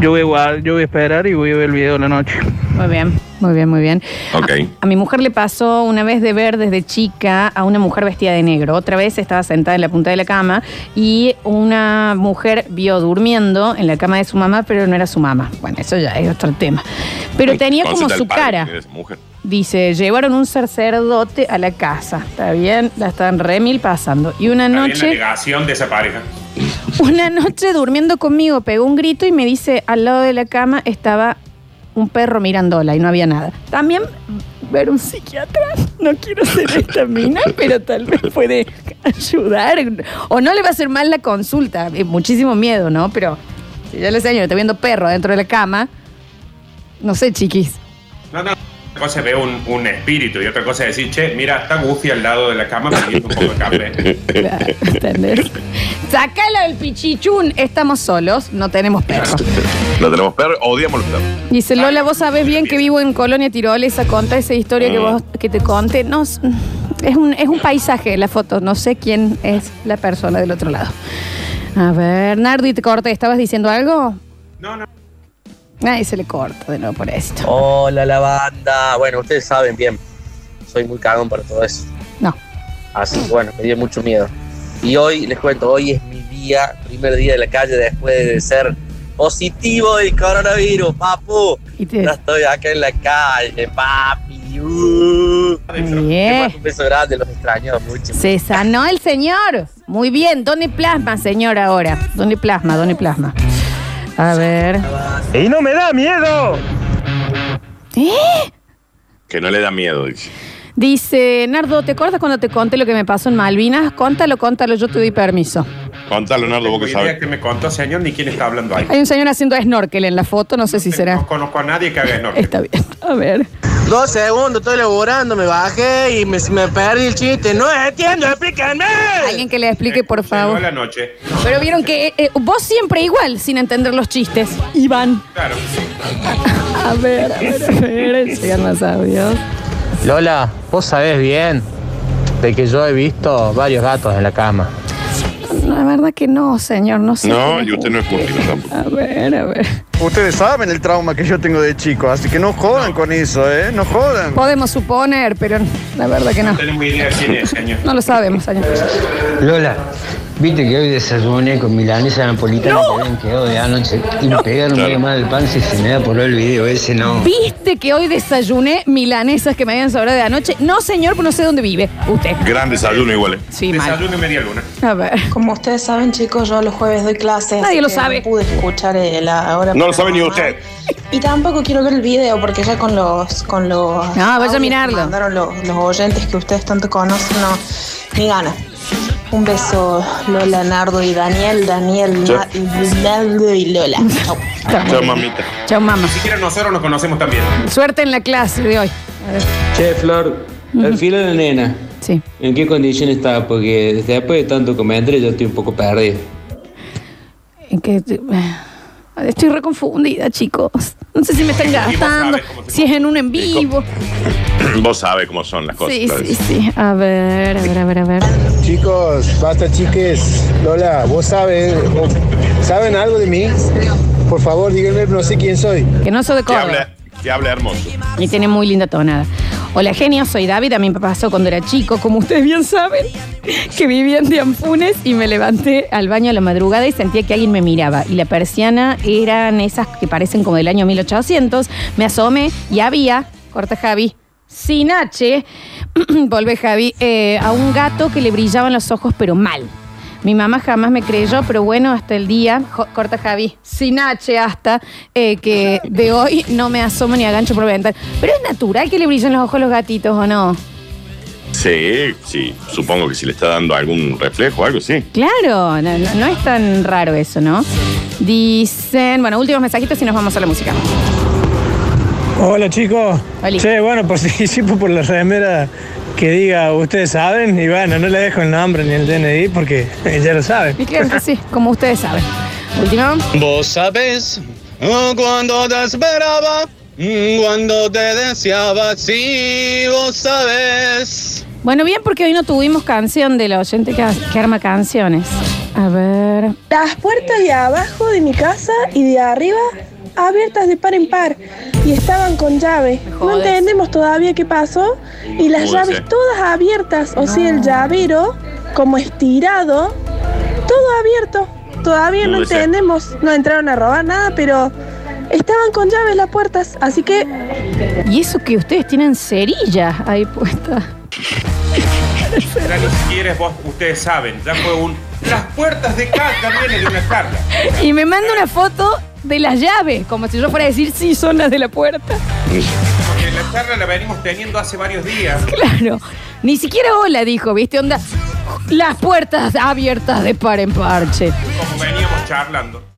S13: yo voy a, guard- yo voy a esperar y voy a ver el video de la noche.
S1: Muy bien, muy bien, muy bien.
S13: Ok.
S1: A mi mujer le pasó una vez de ver desde chica a una mujer vestida de negro. Otra vez estaba sentada en la punta de la cama y una mujer vio durmiendo en la cama de su mamá, pero no era su mamá. Bueno, eso ya es otro tema. Pero tenía como
S4: Consulta al
S1: su
S4: padre,
S1: cara.
S4: que eres mujer.
S1: Dice, llevaron un sacerdote a la casa. Está bien, la están remil pasando. Y una
S3: Está bien la
S1: noche
S3: negación de esa pareja.
S1: una noche durmiendo conmigo pegó un grito y me dice, al lado de la cama estaba un perro mirándola y no había nada. También ver un psiquiatra, no quiero ser esta mina, pero tal vez puede ayudar. O no le va a hacer mal la consulta. Eh, Muchísimo miedo, ¿no? Pero si ya le señor está viendo perro dentro de la cama, no sé, chiquis.
S3: No, no. Una cosa es ver un, un espíritu y otra cosa es decir, che, mira, está Goofy al lado de la cama pidiendo un poco de café.
S1: ¿Entendés? Sácala del pichichún, estamos solos, no tenemos perro.
S4: No tenemos perro, odiamos los perros.
S1: Dice Lola, vos sabés bien que vivo en Colonia Tirolesa, contá esa historia que
S4: Mm.
S9: Ah.
S1: vos que te conté. No, es es un, es un paisaje la foto, no sé quién es la persona del otro lado. A ver, Nardi, te corté, ¿estabas diciendo algo?
S3: No, no.
S1: Ay, se le corta de nuevo por esto.
S9: Hola, la banda. Bueno, ustedes saben bien. Soy muy cagón para todo eso.
S1: No.
S9: Así que bueno, me dio mucho miedo. Y hoy, les cuento, hoy es mi día, primer día de la calle después de ser positivo del coronavirus, papu. Ya estoy acá en la calle, papi. Uh. Te
S1: Bien.
S9: mando Un beso grande, los extraño mucho.
S1: Se sanó el señor. Muy bien, ¿dónde plasma, señor, ahora? ¿Dónde plasma, dónde plasma? A ver.
S4: ¡Y no me da miedo!
S1: ¿Eh?
S4: Que no le da miedo, dice.
S1: Dice, Nardo, ¿te acuerdas cuando te conté lo que me pasó en Malvinas? Contalo, contalo, yo te doy permiso.
S4: Contalo, Leonardo, vos que
S3: idea
S4: sabes.
S3: que me contó, señor, ni quién está hablando ahí.
S1: Hay un señor haciendo snorkel en la foto, no sé si será.
S3: No conozco a nadie que haga enorme.
S1: Está bien. A ver.
S9: Dos segundos, estoy laburando, me bajé y me, me perdí el chiste. No entiendo, explíquenme.
S1: Alguien que le explique, por
S3: Llegó
S1: favor.
S3: la noche.
S1: Pero vieron que eh, eh, vos siempre igual, sin entender los chistes. Iván.
S3: Claro.
S1: A ver, a ver, a ver. Llegan los audios.
S14: Lola, vos sabés bien de que yo he visto varios gatos en la cama.
S1: La verdad que no, señor, no sé.
S4: No, y usted no es curtino tampoco.
S1: A ver, a ver.
S29: Ustedes saben el trauma que yo tengo de chico, así que no jodan con eso, ¿eh? No jodan.
S1: Podemos suponer, pero la verdad que no.
S3: tenemos idea quién es, señor.
S1: No lo sabemos, señor.
S30: Lola, viste que hoy desayuné con milanesa napolitana que habían quedado de anoche y me pegaron medio mal el pan si se me da por ver el video ese, no.
S1: ¿Viste que hoy desayuné milanesas que me habían sobrado de anoche? No, señor, pues no sé dónde vive usted.
S4: Gran desayuno igual. eh.
S1: Sí,
S3: Desayuno y media luna.
S1: A ver.
S17: Como ustedes saben, chicos, yo los jueves doy clases.
S1: Nadie
S17: así
S1: lo
S17: que
S1: sabe.
S17: No pude escuchar eh, la hora.
S4: No lo sabe ni usted.
S17: Y tampoco quiero ver el video porque ya con los. Con los
S1: vaya a
S17: audios que
S1: mirarlo.
S17: Mandaron los, los oyentes que ustedes tanto conocen, no. Ni gana. Un beso, Lola, Nardo y Daniel. Daniel,
S3: Sí.
S17: Na- Nardo y Lola. Chau.
S3: Chao, mamita.
S1: Chao, mamá.
S3: Ni siquiera nosotros nos conocemos también.
S1: Suerte en la clase de hoy. A ver.
S31: Che, Flor, el filo de la nena.
S1: Sí.
S31: ¿En qué condición está? Porque desde después de tanto comentario yo estoy un poco perdido.
S1: En que- eh, Estoy reconfundida, chicos. No sé si me están gastando, si es en un en vivo.
S4: [CLEARS THROAT] Vos sabés cómo son las cosas.
S1: Sí,
S4: Claudia.
S1: sí, sí. A ver, a ver, a ver, a ver.
S17: Chicos, basta chiques. Lola, vos sabes, o- ¿saben algo de mí? Por favor, díganme, no sé quién soy.
S1: Que no soy de
S4: Que
S1: Córdoba.
S4: habla, que habla hermoso.
S1: Y tiene muy linda tonada. Hola genio, soy David, a mí me pasó cuando era chico, como ustedes bien saben, [LAUGHS] que vivía en Dianfunes y me levanté al baño a la madrugada y sentía que alguien me miraba. Y la persiana eran esas que parecen como del año 1800. Me asomé y había, corta Javi, sin H, [CLEARS THROAT] volvé Javi, eh, a un gato que le brillaban los ojos pero mal. Mi mamá jamás me creyó, pero bueno, hasta el día, jo- corta Javi, sin H hasta, eh, que de hoy no me asomo ni agancho por la ventana. Pero es natural que le brillen los ojos a los gatitos, ¿o no?
S4: Sí, sí, supongo que si le está dando algún reflejo o algo, sí.
S1: Claro, no, no- no es tan raro eso, ¿no? Dicen, bueno, últimos mensajitos y nos vamos a la música.
S13: Hola chicos. Che, bueno, [LAUGHS] participo por la remera que diga ustedes saben y bueno, no le dejo el nombre ni el DNI porque [LAUGHS] ya lo saben.
S1: Y claro que sí, como ustedes saben. Último.
S32: Vos sabés oh, cuando te esperaba, mm, cuando te deseaba, sí, vos sabés.
S1: Bueno, bien, porque hoy no tuvimos canción de la oyente que, que arma canciones. A ver.
S17: Las puertas de abajo de mi casa y de arriba abiertas de par en par y estaban con llave. No
S1: jodes.
S17: entendemos todavía qué pasó y las
S1: Uy,
S17: llaves
S1: sí.
S17: todas abiertas, o sea, el llavero como estirado, todo abierto. Todavía no
S33: Uy, sí.
S17: entendemos, no entraron a robar nada, pero estaban con llaves las puertas, así que
S1: Y eso que ustedes tienen cerillas ahí puesta.
S3: Ya ni siquiera es vos, ustedes saben, ya fue un. Las puertas de casa viene de una carta.
S1: Y me manda una foto de las llaves, como si yo fuera a decir sí, son las de la puerta.
S3: Porque la charla la venimos teniendo hace varios días.
S1: [LAUGHS] Claro. Ni siquiera hola dijo, ¿viste? Onda, las puertas abiertas de par en parche.
S3: Como veníamos charlando.